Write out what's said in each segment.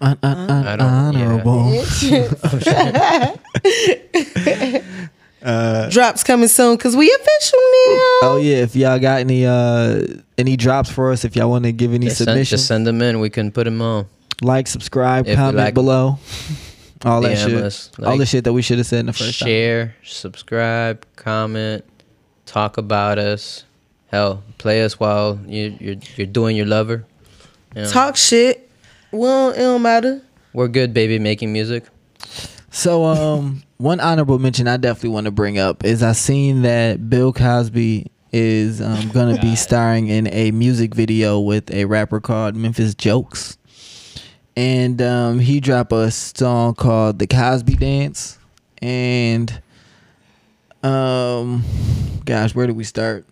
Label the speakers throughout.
Speaker 1: un- un- un-
Speaker 2: I don't- yeah.
Speaker 1: honorable.
Speaker 3: Drops coming soon because we official now.
Speaker 1: Oh yeah, if y'all got any uh any drops for us, if y'all want to give any
Speaker 2: Just send,
Speaker 1: submissions,
Speaker 2: just send them in. We can put them on.
Speaker 1: like, subscribe,
Speaker 2: If you
Speaker 1: comment
Speaker 2: like-
Speaker 1: below, all that
Speaker 2: DM
Speaker 1: shit,
Speaker 2: us,
Speaker 1: all
Speaker 2: like,
Speaker 1: the shit that we should have said in the first time.
Speaker 2: Share, subscribe, comment, talk about us. Hell, play us while you, you're you're doing your lover. You know,
Speaker 3: Talk shit. Well, it don't matter.
Speaker 2: We're good, baby, making music.
Speaker 1: So um, one honorable mention I definitely want to bring up is I seen that Bill Cosby is um, gonna be starring in a music video with a rapper called Memphis Jokes, and um, he dropped a song called "The Cosby Dance," and um, gosh, where do we start?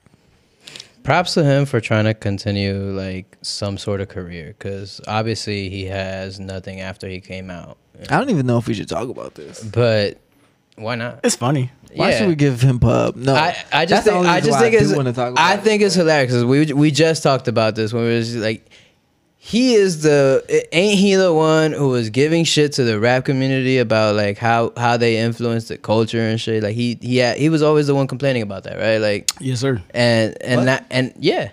Speaker 2: Props to him for trying to continue like some sort of career, because obviously he has nothing after he came out.
Speaker 1: I don't even know if we should talk about this.
Speaker 2: But why not?
Speaker 4: It's funny.
Speaker 1: Why should we give him pub? No,
Speaker 2: I, I
Speaker 1: that's
Speaker 2: just
Speaker 1: the
Speaker 2: think,
Speaker 1: only
Speaker 2: I
Speaker 1: reason
Speaker 2: just
Speaker 1: why
Speaker 2: think
Speaker 1: do
Speaker 2: it's
Speaker 1: wanna talk about
Speaker 2: I
Speaker 1: it.
Speaker 2: think it's hilarious 'cause we we just talked about this when we was like he is the ain't he the one who was giving shit to the rap community about like how how they influenced the culture and shit like he he had, he was always the one complaining about that right like
Speaker 4: Yes, sir.
Speaker 2: and and that and yeah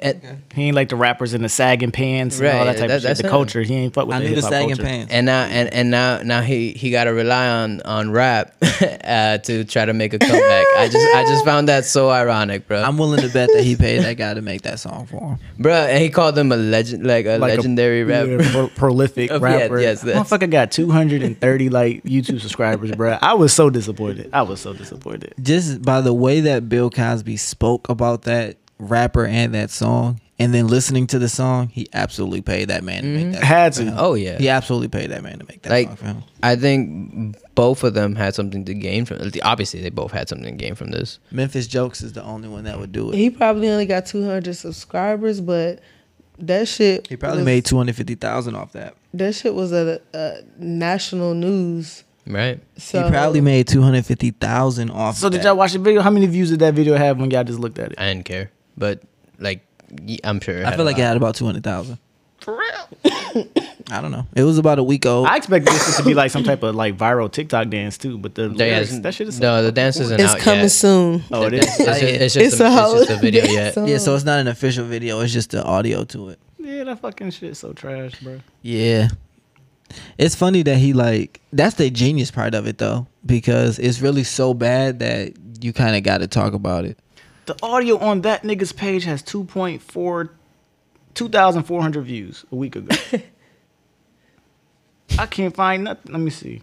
Speaker 2: and,
Speaker 4: He ain't like the rappers in the sagging pants and
Speaker 2: Right,
Speaker 4: all that type
Speaker 2: that-
Speaker 4: of shit.
Speaker 2: that's
Speaker 4: The
Speaker 2: him.
Speaker 4: culture. He ain't fuck with
Speaker 1: I
Speaker 4: the
Speaker 1: need a
Speaker 4: hip-hop
Speaker 1: sagging
Speaker 4: culture.
Speaker 1: pants.
Speaker 2: and now and, and now now he he got to rely on on rap uh, to try to make a comeback I just I just found that so ironic bro
Speaker 1: I'm willing to bet that he paid that guy to make that song for him.
Speaker 2: Bruh, and he called him a legend, like a
Speaker 4: Like a-
Speaker 2: legendary rapper.
Speaker 4: yeah, pro- prolific
Speaker 2: Oh, yeah,
Speaker 4: rapper.
Speaker 2: yes, that's-
Speaker 4: Motherfucker got 230 like YouTube subscribers, bro. I was so disappointed. I was so disappointed.
Speaker 1: just by the way that Bill Cosby spoke about that rapper and that song, and then listening to the song, he absolutely paid that man to make that.
Speaker 4: Had
Speaker 1: song for
Speaker 4: to.
Speaker 1: him.
Speaker 2: Oh yeah.
Speaker 1: He absolutely paid that man to make that
Speaker 2: Like
Speaker 1: song for him.
Speaker 2: I think both of them had something to gain from. Obviously, they both had something to gain from this.
Speaker 1: Memphis Jokes is the only one that would do it.
Speaker 3: He probably only got 200 subscribers, but that shit.
Speaker 1: He probably
Speaker 3: was-
Speaker 1: made two hundred fifty thousand off that.
Speaker 3: That shit was a, a national news.
Speaker 2: Right.
Speaker 3: So
Speaker 1: he probably made two hundred fifty thousand off.
Speaker 4: So did
Speaker 1: that.
Speaker 4: y'all watch the video? How many views did that video have when y'all just looked at it?
Speaker 2: I didn't care, but like y- I'm sure. it
Speaker 1: I
Speaker 2: had
Speaker 1: feel
Speaker 2: a
Speaker 1: like it
Speaker 2: lot.
Speaker 1: had about two hundred thousand. For real? I don't know. It was about a week old.
Speaker 4: I expected this shit to be like some type of like viral TikTok dance too, but the
Speaker 2: There
Speaker 4: lyrics-
Speaker 2: is-
Speaker 4: that shit is
Speaker 2: no, the dance isn't
Speaker 3: it's
Speaker 2: out
Speaker 3: coming
Speaker 2: yet.
Speaker 3: soon.
Speaker 4: Oh, it
Speaker 2: The
Speaker 4: is.
Speaker 2: dance- It's, just, it's, just
Speaker 3: It's
Speaker 2: a,
Speaker 3: a whole
Speaker 2: it's just a video
Speaker 3: dance
Speaker 2: yet.
Speaker 3: song.
Speaker 1: yeah, so it's not an official video. It's just the audio to it.
Speaker 4: Yeah, that fucking shit so trash, bro.
Speaker 1: Yeah. It's funny that he like that's the genius part of it though because it's really so bad that you kind of got to talk about it.
Speaker 4: The audio on that nigga's page has 2.4 2,400 views a week ago. I can't find nothing. Let me see.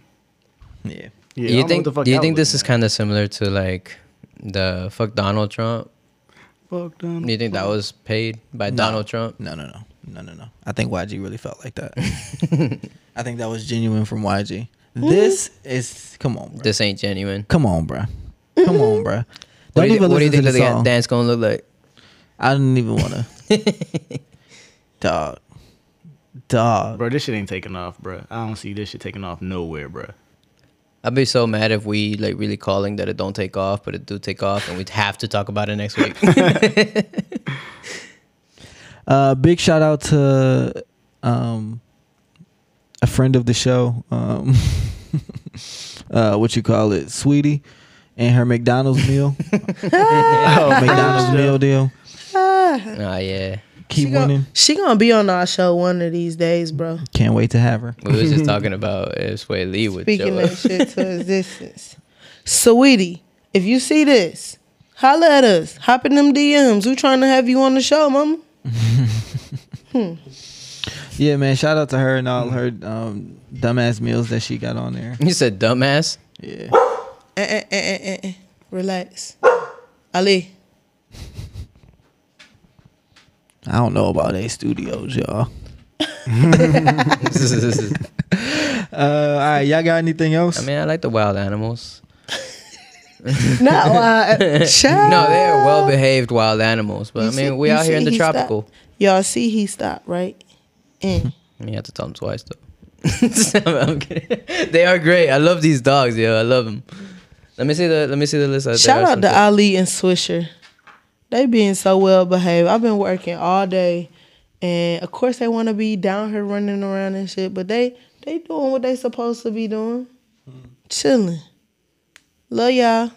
Speaker 1: Yeah.
Speaker 4: Yeah,
Speaker 2: Do
Speaker 4: I
Speaker 2: you
Speaker 4: don't know
Speaker 2: think?
Speaker 4: what the fuck
Speaker 2: Do you
Speaker 4: y'all
Speaker 2: think this
Speaker 4: looking
Speaker 2: is kind of similar to like the fuck Donald Trump?
Speaker 4: Fuck them.
Speaker 2: Do you think that was paid by
Speaker 1: No.
Speaker 2: Donald Trump?
Speaker 1: No, no, no. No, no, no. I think YG really felt like that. I think that was genuine from YG. This is come on, bro.
Speaker 2: Mm-hmm. This ain't genuine.
Speaker 1: come on, bro. Come on, bro.
Speaker 2: What
Speaker 1: Don't
Speaker 2: do you, thi-
Speaker 1: even
Speaker 2: what do you
Speaker 1: listen
Speaker 2: think
Speaker 1: to
Speaker 2: that
Speaker 1: the
Speaker 2: the
Speaker 1: song.
Speaker 2: dance gonna look like?
Speaker 1: I don't even want to. Dog. Dog.
Speaker 4: Bro, this shit ain't taking off, bro. I don't see this shit taking off nowhere, bro.
Speaker 2: I'd be so mad if we like really calling that it don't take off, but it do take off, and we'd have to talk about it next week.
Speaker 1: Uh, big shout out to um, a friend of the show, um, uh, what you call it, sweetie, and her McDonald's meal, Oh, McDonald's meal deal.
Speaker 2: nah, yeah,
Speaker 1: Keep
Speaker 3: ah, she
Speaker 1: winning.
Speaker 3: Gonna, she gonna be on our show one of these days, bro.
Speaker 1: Can't wait to have her.
Speaker 2: we was just talking about if Sway Lee would
Speaker 3: Speaking
Speaker 2: show
Speaker 3: that
Speaker 2: up.
Speaker 3: shit to existence. Sweetie, if you see this, holla at us. Hop in them DMs. We trying to have you on the show, mama.
Speaker 1: Yeah, man. Shout out to her and all her um, dumbass meals that she got on there.
Speaker 2: You said dumbass.
Speaker 1: Yeah.
Speaker 3: Eh, eh, eh, eh, eh, eh. Relax. Ali,
Speaker 1: I don't know about A studios, y'all. Uh, all right, y'all got anything else?
Speaker 2: I mean, I like the wild animals.
Speaker 3: not why. Child.
Speaker 2: No, they're well behaved wild animals, but
Speaker 3: You
Speaker 2: I mean,
Speaker 3: see-
Speaker 2: we
Speaker 3: you
Speaker 2: out here in
Speaker 3: see
Speaker 2: the
Speaker 3: he stopped.
Speaker 2: tropical.
Speaker 3: Y'all see he stopped, right? And
Speaker 2: I mean, you have to tell them twice though. I'm kidding. They are great. I love these dogs, yo. I love them. Let me see the let me see the list. There
Speaker 3: shout
Speaker 2: are
Speaker 3: out
Speaker 2: some
Speaker 3: to
Speaker 2: good-
Speaker 3: Ali and Swisher. They being so well behaved. I've been working all day And of course they want to be down here running around and shit, but they they doing what they supposed to be doing.
Speaker 1: Mm-hmm.
Speaker 3: Chilling. Love y'all.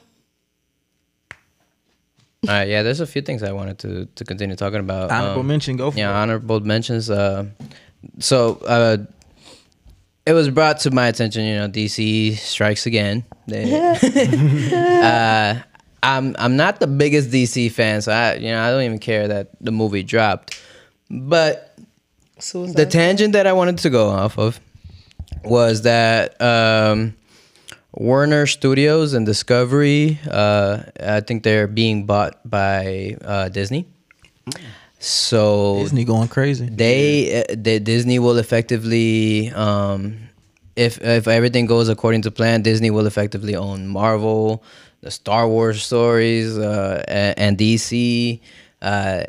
Speaker 2: All right, yeah, there's a few things I wanted to to continue talking about.
Speaker 1: Honorable
Speaker 2: Um,
Speaker 1: mention, go for
Speaker 2: yeah,
Speaker 1: it.
Speaker 2: honorable mentions. Uh, so uh, it was brought to my attention, you know, DC strikes again. They, uh, I'm I'm not the biggest DC fan, so I you know I don't even care that the movie dropped, but
Speaker 3: Suicide.
Speaker 2: the tangent that I wanted to go off of was that um, Warner Studios and Discovery, uh, I think they're being bought by uh, Disney. So
Speaker 1: Disney going crazy.
Speaker 2: they, uh, they Disney will effectively, um, if if everything goes according to plan, Disney will effectively own Marvel, the Star Wars stories, uh, and, and DC. Uh,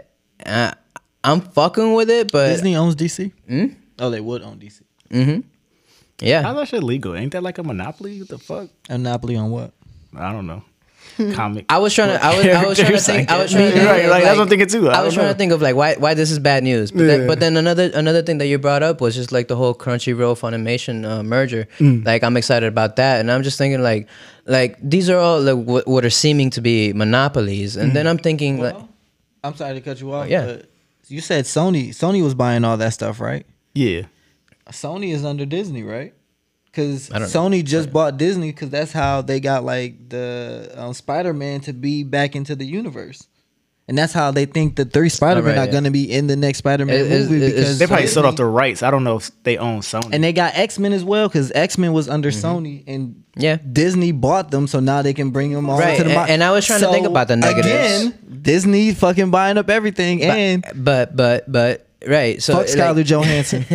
Speaker 2: I, I'm fucking with it, but
Speaker 1: Disney owns DC.
Speaker 2: Hmm?
Speaker 1: Mm? Oh, they would own DC.
Speaker 2: yeah,
Speaker 4: How's that shit legal? Ain't that like a monopoly? What the fuck?
Speaker 1: A monopoly on what?
Speaker 4: I don't know. Comic.
Speaker 2: I was trying to. I was. I was trying to
Speaker 4: characters, I
Speaker 2: think. I was
Speaker 4: guess.
Speaker 2: trying to think.
Speaker 4: Right,
Speaker 2: of,
Speaker 4: like, that's what I'm thinking too. I
Speaker 2: I, was
Speaker 4: don't
Speaker 2: trying
Speaker 4: know.
Speaker 2: to think of like why why this is bad news. But, then, but then another another thing that you brought up was just like the whole Crunchyroll Funimation uh, merger.
Speaker 4: Mm.
Speaker 2: Like I'm excited about that, and I'm just thinking like like these are all like what, what are seeming to be monopolies,
Speaker 4: Mm.
Speaker 2: and then I'm thinking like
Speaker 1: I'm sorry to cut you off.
Speaker 2: Yeah.
Speaker 1: but you said Sony. Sony was buying all that stuff, right?
Speaker 4: Yeah.
Speaker 1: Sony is under Disney, right? Because
Speaker 2: I don't know.
Speaker 1: Sony just bought Disney because that's how they got like the um, Spider Man to be back into the universe, and that's how they think the three Spider Man
Speaker 2: right,
Speaker 1: are
Speaker 2: yeah.
Speaker 1: going to be in the next Spider Man
Speaker 2: It- it's-
Speaker 1: movie
Speaker 2: it's-
Speaker 1: because
Speaker 4: They probably
Speaker 1: Disney-
Speaker 4: sold off the rights. I don't know if they own Sony.
Speaker 1: and they got X Men as well because X Men was under Sony and
Speaker 2: Mm-hmm. Yeah.
Speaker 1: Disney bought them, so now they can bring them all
Speaker 2: Right,
Speaker 1: to the
Speaker 2: and-
Speaker 1: box.
Speaker 2: and I was trying to think about the negatives.
Speaker 1: Again, Disney fucking buying up everything and
Speaker 2: but but but right. So
Speaker 1: fuck Scarlett
Speaker 2: like,
Speaker 1: Johansson.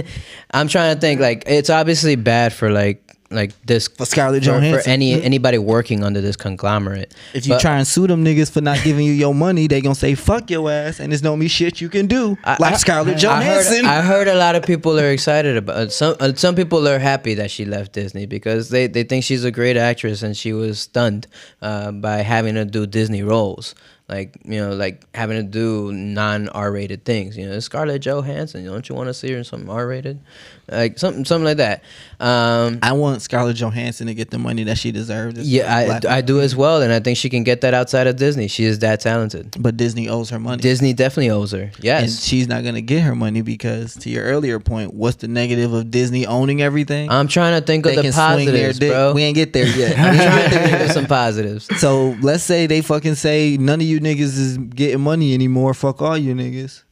Speaker 2: I'm trying to think like it's obviously bad for like like this
Speaker 1: For Scarlett
Speaker 2: for- for,
Speaker 1: Johansson.
Speaker 4: Mm.
Speaker 2: any anybody working under this conglomerate.
Speaker 1: If you
Speaker 2: But-
Speaker 1: try and sue them niggas for not giving you your money, they gonna say fuck your ass, and there's no me shit you can do. like Scarlett
Speaker 2: I heard,
Speaker 1: Johansson.
Speaker 2: I heard a lot of people are excited about some. Uh, some people are happy that she left Disney because they, they think she's a great actress and she was stunned uh, by having to do Disney roles, like you know, like having to do non R rated things. You know, Scarlett Johansson. Don't you want to see her in something R rated, like something something like that? Um,
Speaker 1: I want Scarlett Johansson to get the money that she deserves.
Speaker 2: yeah,
Speaker 1: Black-
Speaker 2: I, I do as well, and I think she can get that outside of Disney. She is that talented.
Speaker 1: but Disney owes her money.
Speaker 2: Disney definitely owes her.
Speaker 1: and
Speaker 2: Yes,
Speaker 1: she's not gonna get her money because, to your earlier point, what's the negative of Disney owning everything?
Speaker 2: I'm trying to think of the positives,
Speaker 1: dick.
Speaker 2: bro.
Speaker 1: We ain't get there yet.
Speaker 2: I'm
Speaker 1: We ain't
Speaker 2: trying
Speaker 1: get
Speaker 2: to
Speaker 1: there
Speaker 2: think of
Speaker 1: yet.
Speaker 2: some positives.
Speaker 1: So let's say they fucking say none of you niggas is getting money anymore. Fuck all you niggas.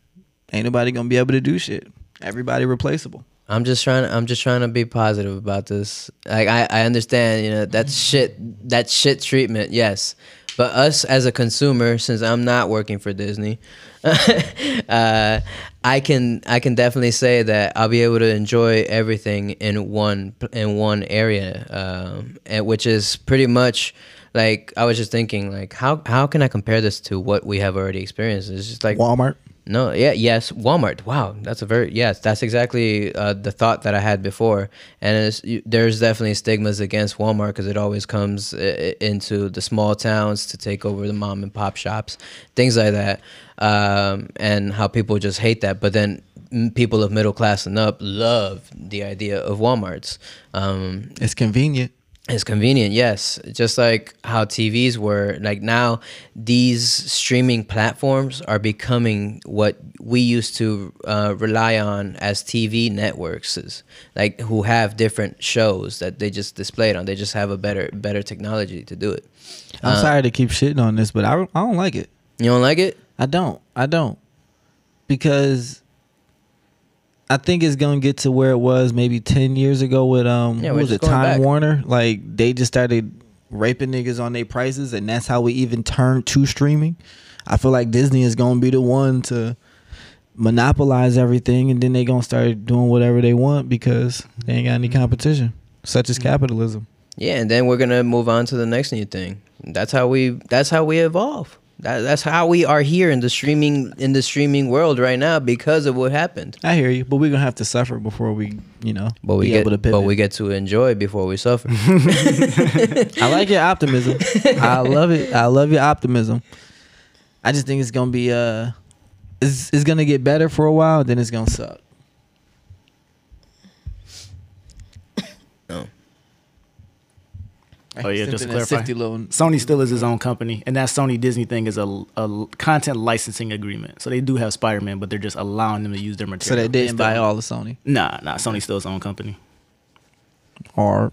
Speaker 1: Ain't nobody gonna be able to do shit. Everybody replaceable.
Speaker 2: I'm just trying. I'm just trying to be positive about this. Like I, I understand, you know, that's shit. That shit treatment, yes. But us as a consumer, since I'm not working for Disney, uh, I can I can definitely say that I'll be able to enjoy everything in one in one area, um, and which is pretty much like I was just thinking, like how how can I compare this to what we have already experienced? It's just like
Speaker 1: Walmart.
Speaker 2: No, yeah, yes, Walmart. Wow, that's a very yes. That's exactly uh, the thought that I had before, and it's, you, there's definitely stigmas against Walmart because it always comes i- i- into the small towns to take over the mom and pop shops, things like that, um, and how people just hate that. But then m- people of middle class and up love the idea of WalMarts. Um,
Speaker 1: It's convenient.
Speaker 2: it's convenient, yes. Just like how TVs were, like now these streaming platforms are becoming what we used to uh, rely on as TV networks, is, like who have different shows that they just display it on. They just have a better better technology to do it.
Speaker 1: I'm sorry to keep shitting on this, but I, I don't like it.
Speaker 2: You don't like it?
Speaker 1: I don't. I don't. Because I think it's gonna get to where it was maybe ten years ago with um
Speaker 2: Yeah,
Speaker 1: who
Speaker 2: we're
Speaker 1: was
Speaker 2: just
Speaker 1: it
Speaker 2: going
Speaker 1: Time
Speaker 2: back.
Speaker 1: Warner? Like they just started raping niggas on their prices, and that's how we even turned to streaming. I feel like Disney is gonna be the one to monopolize everything, and then they gonna start doing whatever they want because they ain't got any
Speaker 2: Mm-hmm.
Speaker 1: competition. Such as capitalism.
Speaker 2: Yeah, and then we're gonna move on to the next new thing. That's how we. That's how we evolve. That, that's how we are here in the streaming in the streaming world right now because of what happened.
Speaker 1: I hear you, but we're gonna have to suffer before we, you know,
Speaker 2: But we
Speaker 1: be
Speaker 2: get,
Speaker 1: able to pivot.
Speaker 2: but we get to enjoy before we suffer.
Speaker 1: I like your optimism. I love it. I love your optimism. I just think it's gonna be uh it's, it's gonna get better for a while, then it's gonna suck.
Speaker 2: No.
Speaker 4: Oh, yeah, just to
Speaker 1: Something that's
Speaker 4: clarify.
Speaker 1: sifty little-
Speaker 4: Sony still is his own company, and that Sony Disney thing is a, a content licensing agreement. So they do have Spider Man, but they're just allowing them to use their
Speaker 1: so
Speaker 4: material.
Speaker 1: they didn't
Speaker 4: still-
Speaker 1: buy all the Sony
Speaker 4: Nah, nah. Sony's still his own company.
Speaker 1: or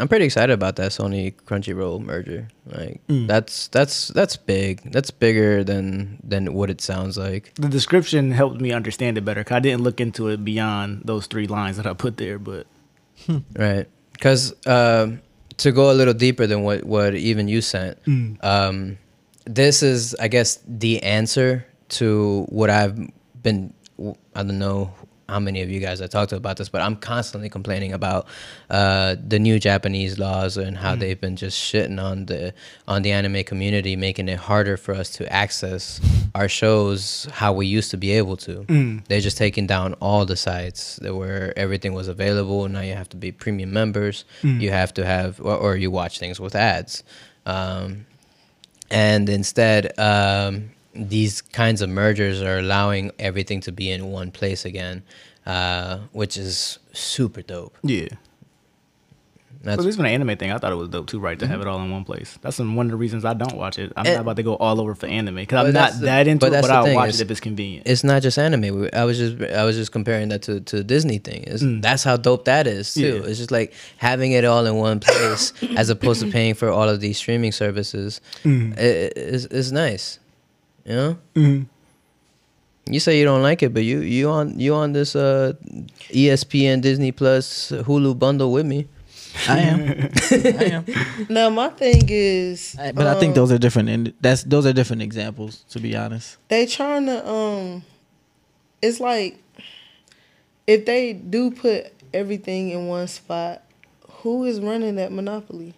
Speaker 2: I'm pretty excited about that Sony Crunchyroll merger. Like
Speaker 1: Mm.
Speaker 2: that's that's that's big. That's bigger than than what it sounds like.
Speaker 4: The description helped me understand it better. 'cause I didn't look into it beyond those three lines that I put there, but
Speaker 2: Right. Because to go a little deeper than what, what even you sent,
Speaker 1: Mm.
Speaker 2: um, this is, I guess, the answer to what I've been, I don't know how many of you guys I talked to about this, but I'm constantly complaining about uh, the new Japanese laws and how they've been just shitting on the on the anime community, making it harder for us to access our shows how we used to be able to. They're just taking down all the sites that where everything was available. Now you have to be premium members. You have to have, or, or you watch things with ads. Um, and instead um, these kinds of mergers are allowing everything to be in one place again uh, which is super dope
Speaker 4: yeah.
Speaker 2: that's
Speaker 4: so this is an anime thing. I thought it was dope too, right? To have it all in one place. That's one of the reasons I don't watch it. I'm
Speaker 2: Mm-hmm. And-
Speaker 4: not about to go all over for anime because
Speaker 2: But
Speaker 4: I'm
Speaker 2: that's
Speaker 4: not
Speaker 2: the-
Speaker 4: that into
Speaker 2: but
Speaker 4: it.
Speaker 2: that's
Speaker 4: But
Speaker 2: the
Speaker 4: I'll
Speaker 2: thing
Speaker 4: watch
Speaker 2: is-
Speaker 4: it if it's convenient.
Speaker 2: it's not just anime. We- I was just I was just comparing that to to the Disney thing. It's, That's how dope that is too.
Speaker 4: Yeah.
Speaker 2: It's just like having it all in one place as opposed to paying for all of these streaming services. i- i- is is nice, you know.
Speaker 4: Mm-hmm.
Speaker 2: You say you don't like it, but you you on you on this uh, ESPN Disney Plus Hulu bundle with me.
Speaker 1: I am. I am.
Speaker 3: Now my thing is,
Speaker 1: I- but I think
Speaker 3: um,
Speaker 1: those are different. And that's those are different examples. To be honest,
Speaker 3: they trying to um, it's like if they do put everything in one spot, who is running that monopoly,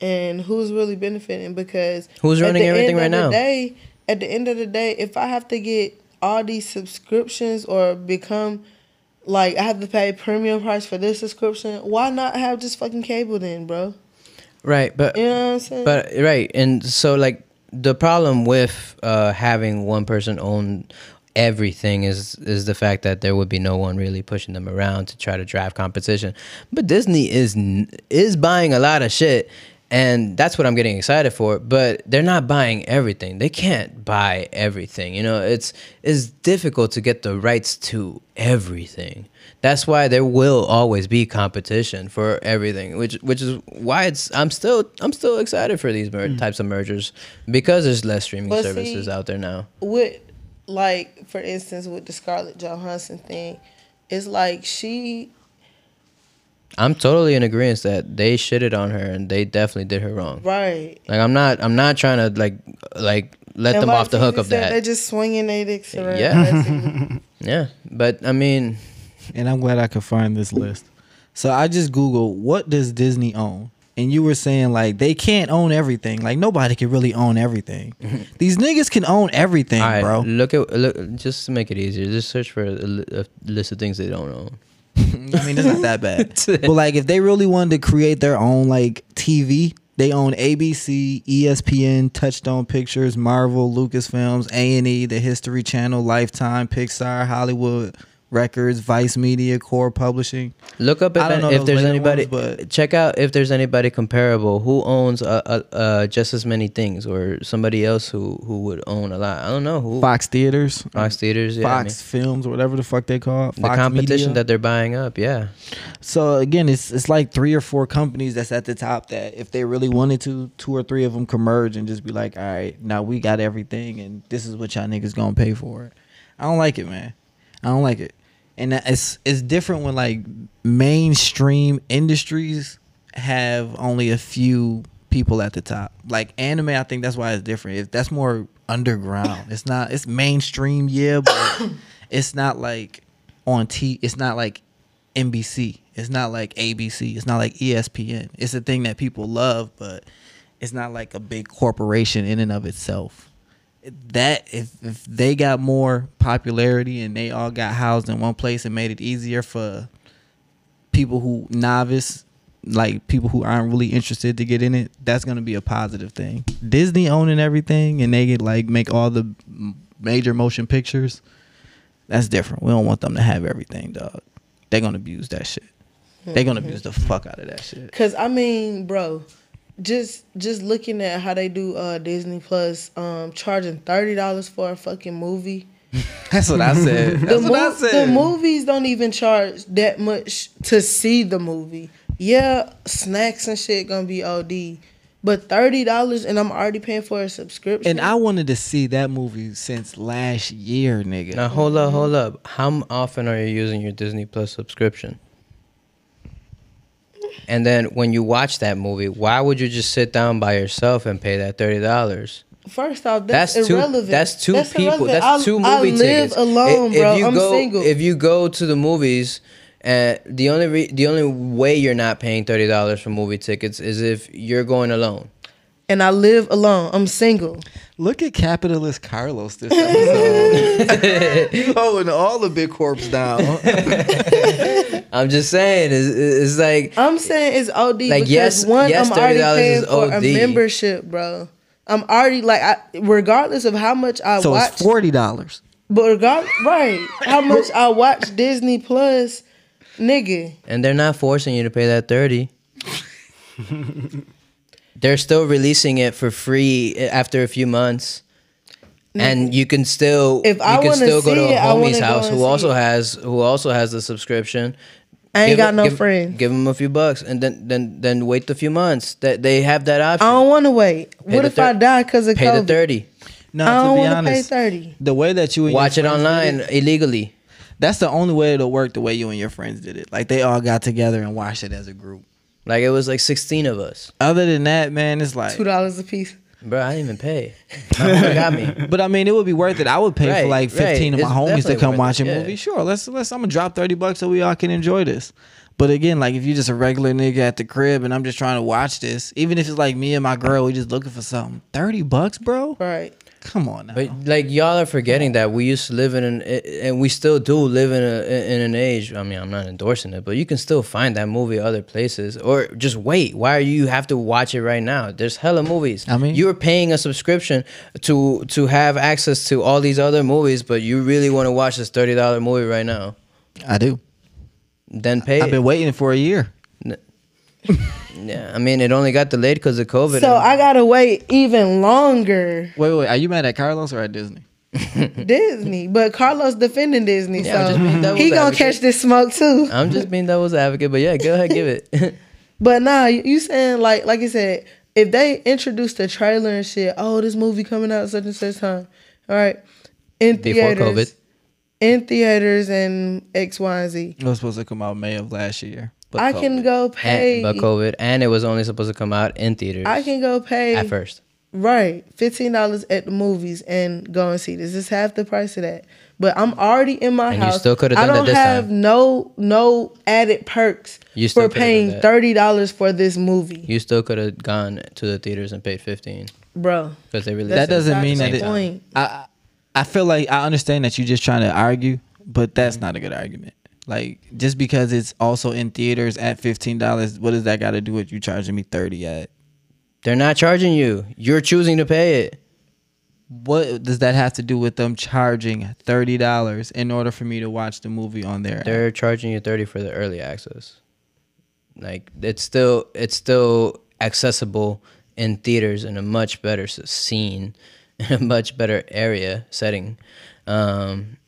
Speaker 3: and who's really benefiting? Because
Speaker 2: Who's
Speaker 3: at
Speaker 2: running
Speaker 3: the
Speaker 2: everything
Speaker 3: end
Speaker 2: right
Speaker 3: of the
Speaker 2: now?
Speaker 3: Day, at the end of the day, if I have to get all these subscriptions or become like I have to pay premium price for this subscription, why not have just fucking cable then, bro?
Speaker 2: Right, but
Speaker 3: You know what I'm saying?
Speaker 2: But right, and so like the problem with uh, having one person own everything is is the fact that there would be no one really pushing them around to try to drive competition. But Disney is n- is buying a lot of shit. And that's what I'm getting excited for, but they're not buying everything. They can't buy everything. You know, it's it's difficult to get the rights to everything. That's why there will always be competition for everything, which which is why it's I'm still I'm still excited for these mer- types of mergers because there's less streaming
Speaker 3: Mm. But
Speaker 2: services
Speaker 3: see-
Speaker 2: out there now.
Speaker 3: with like for instance with the Scarlett Johansson thing, it's like she
Speaker 2: I'm totally in agreement that they shitted on her and they definitely did her wrong.
Speaker 3: right.
Speaker 2: Like I'm not I'm not trying to like like let
Speaker 3: And
Speaker 2: them
Speaker 3: like
Speaker 2: off the hook
Speaker 3: Fifi
Speaker 2: of
Speaker 3: said,
Speaker 2: that.
Speaker 3: They just swinging their dicks around.
Speaker 2: Yeah.
Speaker 3: Yeah.
Speaker 2: yeah, but I mean,
Speaker 1: and I'm glad I could find this list. So I just googled what does Disney own, and you were saying like they can't own everything. Like nobody can really own everything. These niggas can own everything,
Speaker 2: all right,
Speaker 1: bro.
Speaker 2: look at look just to make it easier. Just search for a, li- a list of things they don't own.
Speaker 1: I mean, it's not that bad. but like, if they really wanted to create their own like TV, they own ABC, ESPN, Touchstone Pictures, Marvel, Lucasfilms, A and E, the History Channel, Lifetime, Pixar, Hollywood Records, Vice Media, Core Publishing.
Speaker 2: Look up if,
Speaker 1: I don't know
Speaker 2: if
Speaker 1: those
Speaker 2: there's
Speaker 1: later
Speaker 2: anybody.
Speaker 1: ones, but-
Speaker 2: check out if there's anybody comparable who owns uh, uh, uh, just as many things, or somebody else who who would own a lot. I don't know who
Speaker 1: Fox
Speaker 2: Fox,
Speaker 1: Theaters,
Speaker 2: theaters, yeah, I mean,
Speaker 1: Fox Films, or whatever the fuck they call it.
Speaker 2: the
Speaker 1: Fox
Speaker 2: competition
Speaker 1: Media.
Speaker 2: that they're buying up. Yeah,
Speaker 1: So again, it's it's like three or four companies that's at the top that if they really wanted to, two or three of them could merge and just be like, all right, now we got everything, and this is what y'all niggas gonna pay for it. I don't like it, man. I don't like it, and that- it's it's different when like mainstream industries have only a few people at the top. Like anime, I think that's why it's different. If that's more underground, it's not. It's mainstream, yeah, but it's not like on T. It's not like NBC. It's not like ABC. It's not like E ESPN. It's a thing that people love, but it's not like a big corporation in and of itself. That if if they got more popularity and they all got housed in one place and made it easier for people who novice like people who aren't really interested to get in it, that's gonna be a positive thing. Disney owning everything and they get like make all the m- major motion pictures. That's different. We don't want them to have everything, dog. They're gonna abuse that shit. They're gonna abuse the fuck out of that shit.
Speaker 3: Cause I mean, bro, just just looking at how they do uh Disney Plus, um, charging thirty dollars for a fucking movie.
Speaker 1: That's what I said. That's
Speaker 3: the,
Speaker 1: what I
Speaker 3: mov-
Speaker 1: said.
Speaker 3: the movies don't even charge that much to see the movie. Yeah, snacks and shit gonna be OD, but thirty dollars and I'm already paying for a subscription.
Speaker 1: And I wanted to see that movie since last year, nigga.
Speaker 2: Now hold up, hold up. How m- often are you using your Disney Plus subscription? And then when you watch that movie, why would you just sit down by yourself and pay that thirty dollars?
Speaker 3: first off, that's,
Speaker 2: That's, two.
Speaker 3: irrelevant.
Speaker 2: That's two people.
Speaker 3: irrelevant.
Speaker 2: That's
Speaker 3: I-
Speaker 2: two movie
Speaker 3: I live
Speaker 2: tickets.
Speaker 3: alone,
Speaker 2: I-
Speaker 3: bro.
Speaker 2: you
Speaker 3: I'm
Speaker 2: go,
Speaker 3: single.
Speaker 2: If you go to the movies, and the only re- the only way you're not paying thirty dollars for movie tickets is if you're going alone.
Speaker 3: and I live alone. I'm single.
Speaker 1: Look at capitalist Carlos this episode. you holding all the big corps down.
Speaker 2: I'm just saying, it's, it's like
Speaker 3: I'm saying it's OD
Speaker 2: Like,
Speaker 3: because
Speaker 2: yes-
Speaker 3: one,
Speaker 2: yes,
Speaker 3: I'm already
Speaker 2: $30
Speaker 3: paying
Speaker 2: is
Speaker 3: for a
Speaker 2: OD.
Speaker 3: membership, bro. I'm already like, I, regardless of how much I
Speaker 1: so
Speaker 3: watch,
Speaker 1: it's forty dollars.
Speaker 3: but regardless, right, how much I watch Disney Plus, nigga.
Speaker 2: and they're not forcing you to pay that 30 they're still releasing it for free uh, after a few months and you can still
Speaker 3: If
Speaker 2: you
Speaker 3: I
Speaker 2: can
Speaker 3: wanna
Speaker 2: still go to
Speaker 3: see
Speaker 2: a
Speaker 3: it, I wanna
Speaker 2: homie's
Speaker 3: go
Speaker 2: house
Speaker 3: and
Speaker 2: who
Speaker 3: see
Speaker 2: also
Speaker 3: it.
Speaker 2: has who also has the subscription
Speaker 3: I ain't
Speaker 2: Give
Speaker 3: got
Speaker 2: it-
Speaker 3: no
Speaker 2: give,
Speaker 3: friends.
Speaker 2: give them a few bucks and then then then wait a few months that they have that
Speaker 3: I
Speaker 2: option
Speaker 3: don't want to wait. what
Speaker 2: the
Speaker 3: if I
Speaker 2: thir-
Speaker 3: die because of
Speaker 2: pay the
Speaker 3: COVID?
Speaker 2: 30
Speaker 1: No,
Speaker 3: I don't
Speaker 1: to be
Speaker 3: want to pay
Speaker 1: honest,
Speaker 3: thirty.
Speaker 1: the way that you and your
Speaker 2: watch it
Speaker 1: friends did
Speaker 2: online illegally
Speaker 1: that's the only way it'll work. The way you and your friends did it, like they all got together and watched it as a group.
Speaker 2: like it was like 16 of us
Speaker 1: Other than that, man, it's like.
Speaker 3: Two dollars a piece.
Speaker 2: bro i didn't even pay My homie got me
Speaker 1: But I mean, it would be worth it. I would pay
Speaker 2: Right,
Speaker 1: for like fifteen
Speaker 2: right.
Speaker 1: of my
Speaker 2: It's
Speaker 1: homies to
Speaker 2: definitely
Speaker 1: come
Speaker 2: worth
Speaker 1: watch
Speaker 2: it,
Speaker 1: a
Speaker 2: yeah.
Speaker 1: movie. Sure, let's let's. I'm gonna drop thirty bucks so we all can enjoy this. But again, like if you're just a regular nigga at the crib and I'm just trying to watch this, even if it's like me and my girl, we just looking for something. Thirty bucks, bro.
Speaker 3: Right.
Speaker 1: Come on now.
Speaker 2: But like y'all are forgetting that we used to live in an and we still do live in a in an age. I mean, I'm not endorsing it, but you can still find that movie other places or just wait. Why are you have to watch it right now? There's hella movies.
Speaker 1: I mean-
Speaker 2: you're paying a subscription to to have access to all these other movies, but you really want to watch this thirty dollar movie right now?
Speaker 1: I do.
Speaker 2: Then pay.
Speaker 1: I've been waiting for a year.
Speaker 2: it. Yeah, I mean, it only got delayed because of COVID.
Speaker 3: So I gotta wait even longer.
Speaker 1: Wait, wait. Are you mad at Carlos or at Disney?
Speaker 3: Disney, but Carlos defending Disney,
Speaker 2: Yeah, I'm
Speaker 3: so
Speaker 2: just being devil's
Speaker 3: he gonna
Speaker 2: advocate.
Speaker 3: catch this smoke too.
Speaker 2: I'm just being devil's advocate, but yeah, go ahead, give it.
Speaker 3: But nah, you you saying like like you said, if they introduced the trailer and shit, oh this movie coming out such and such time, all right, in
Speaker 2: Before
Speaker 3: theaters,
Speaker 2: COVID.
Speaker 3: in theaters and X Y and Z,
Speaker 1: It was supposed to come out May of last year.
Speaker 2: But
Speaker 3: I can
Speaker 2: COVID.
Speaker 3: go
Speaker 2: and,
Speaker 3: pay.
Speaker 2: but COVID, and it was only supposed to come out in theaters
Speaker 3: I can go pay
Speaker 2: at first.
Speaker 3: right fifteen dollars at the movies and go and see this. It's half the price of that. But I'm already in my
Speaker 2: And you
Speaker 3: house.
Speaker 2: still coulda
Speaker 3: I
Speaker 2: done that
Speaker 3: don't
Speaker 2: this
Speaker 3: have
Speaker 2: time.
Speaker 3: no no added perks
Speaker 2: You still
Speaker 3: for
Speaker 2: coulda done
Speaker 3: paying
Speaker 2: that.
Speaker 3: thirty dollars for this movie,
Speaker 2: You still could have gone to the theaters and paid fifteen
Speaker 3: bro.
Speaker 2: because they released.
Speaker 3: That's
Speaker 1: That doesn't
Speaker 3: exactly
Speaker 1: mean that
Speaker 3: the
Speaker 1: it-
Speaker 3: point.
Speaker 1: I I feel like I understand that you're just trying to argue, but that's
Speaker 2: Mm-hmm.
Speaker 1: not a good argument. Like just because it's also in theaters at fifteen dollars, what does that got to do with you charging me thirty at?
Speaker 2: They're not charging you. You're choosing to pay it.
Speaker 1: What does that have to do with them charging thirty dollars in order for me to watch the movie on there?
Speaker 2: They're charging you thirty for the early access. Like it's still it's still accessible in theaters in a much better s- scene, in a much better area setting, um,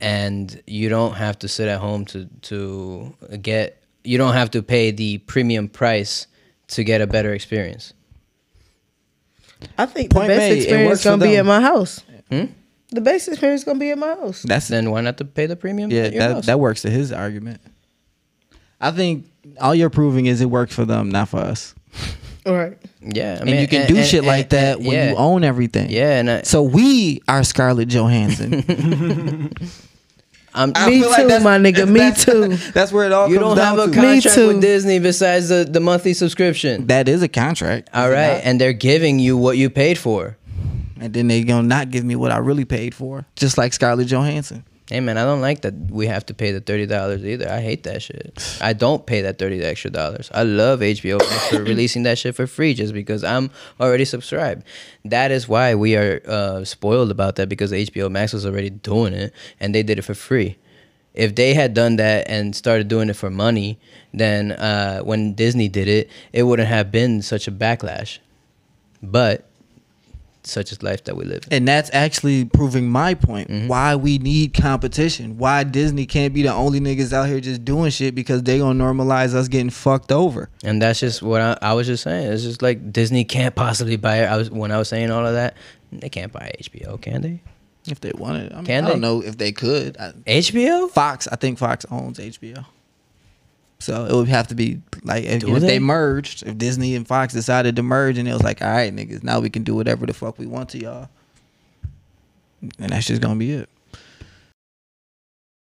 Speaker 2: and you don't have to sit at home to to get. You don't have to pay the premium price to get a better experience.
Speaker 3: I think
Speaker 1: Point
Speaker 3: the best
Speaker 1: made. It
Speaker 3: experience
Speaker 1: works
Speaker 3: gonna
Speaker 1: for
Speaker 3: be
Speaker 1: them.
Speaker 3: at my house.
Speaker 2: Hmm?
Speaker 3: The best experience gonna be at my house.
Speaker 1: That's
Speaker 2: Then why not to pay the premium?
Speaker 1: yeah,
Speaker 2: at your
Speaker 1: that
Speaker 2: house?
Speaker 1: that works to his argument. I think all you're proving is it works for them, not for us.
Speaker 3: All right.
Speaker 2: yeah. I
Speaker 1: And
Speaker 2: mean,
Speaker 1: you can
Speaker 2: and-
Speaker 1: do
Speaker 2: and-
Speaker 1: shit like
Speaker 2: and-
Speaker 1: that
Speaker 2: and-
Speaker 1: when
Speaker 2: yeah.
Speaker 1: you own everything.
Speaker 2: Yeah, and I,
Speaker 1: So we are Scarlett Johansson.
Speaker 2: I'm,
Speaker 1: I
Speaker 3: Me
Speaker 1: feel
Speaker 3: too,
Speaker 1: that's-
Speaker 3: my nigga, me
Speaker 1: that's-
Speaker 3: too.
Speaker 1: That's where it all
Speaker 2: you
Speaker 1: comes
Speaker 2: don't have
Speaker 1: down
Speaker 2: a
Speaker 1: to.
Speaker 3: Me
Speaker 2: contract
Speaker 3: too.
Speaker 2: with Disney besides the, the monthly subscription.
Speaker 1: that is a contract.
Speaker 2: All
Speaker 1: is it
Speaker 2: right,
Speaker 1: not?
Speaker 2: and they're giving you what you paid for.
Speaker 1: And then they gonna not give me what I really paid for, just like Scarlett Johansson.
Speaker 2: Hey man, I don't like that we have to pay the thirty dollars either. I hate that shit. I don't pay that thirty extra dollars. I love HBO Max for releasing that shit for free just because I'm already subscribed. That is why we are uh, spoiled about that because HBO Max was already doing it and they did it for free. If they had done that and started doing it for money, then uh, when Disney did it, it wouldn't have been such a backlash. But such is life that we live. in.
Speaker 1: And that's actually proving my point. Why we need competition. Why Disney can't be the only niggas out here just doing shit because they gonna normalize us getting fucked over.
Speaker 2: And that's just what I, I was just saying. It's just like Disney can't possibly buy it. I was when I was saying all of that, they can't buy HBO, can they?
Speaker 1: If they wanted, I, mean,
Speaker 2: Can
Speaker 1: I don't
Speaker 2: they?
Speaker 1: know if they could. I,
Speaker 2: HBO?
Speaker 1: Fox, I think Fox owns HBO, so it would have to be like if,
Speaker 2: Do
Speaker 1: if they
Speaker 2: they?
Speaker 1: merged, if Disney and Fox decided to merge, and it was like, all right, niggas, now we can do whatever the fuck we want to y'all, and that's just gonna be it.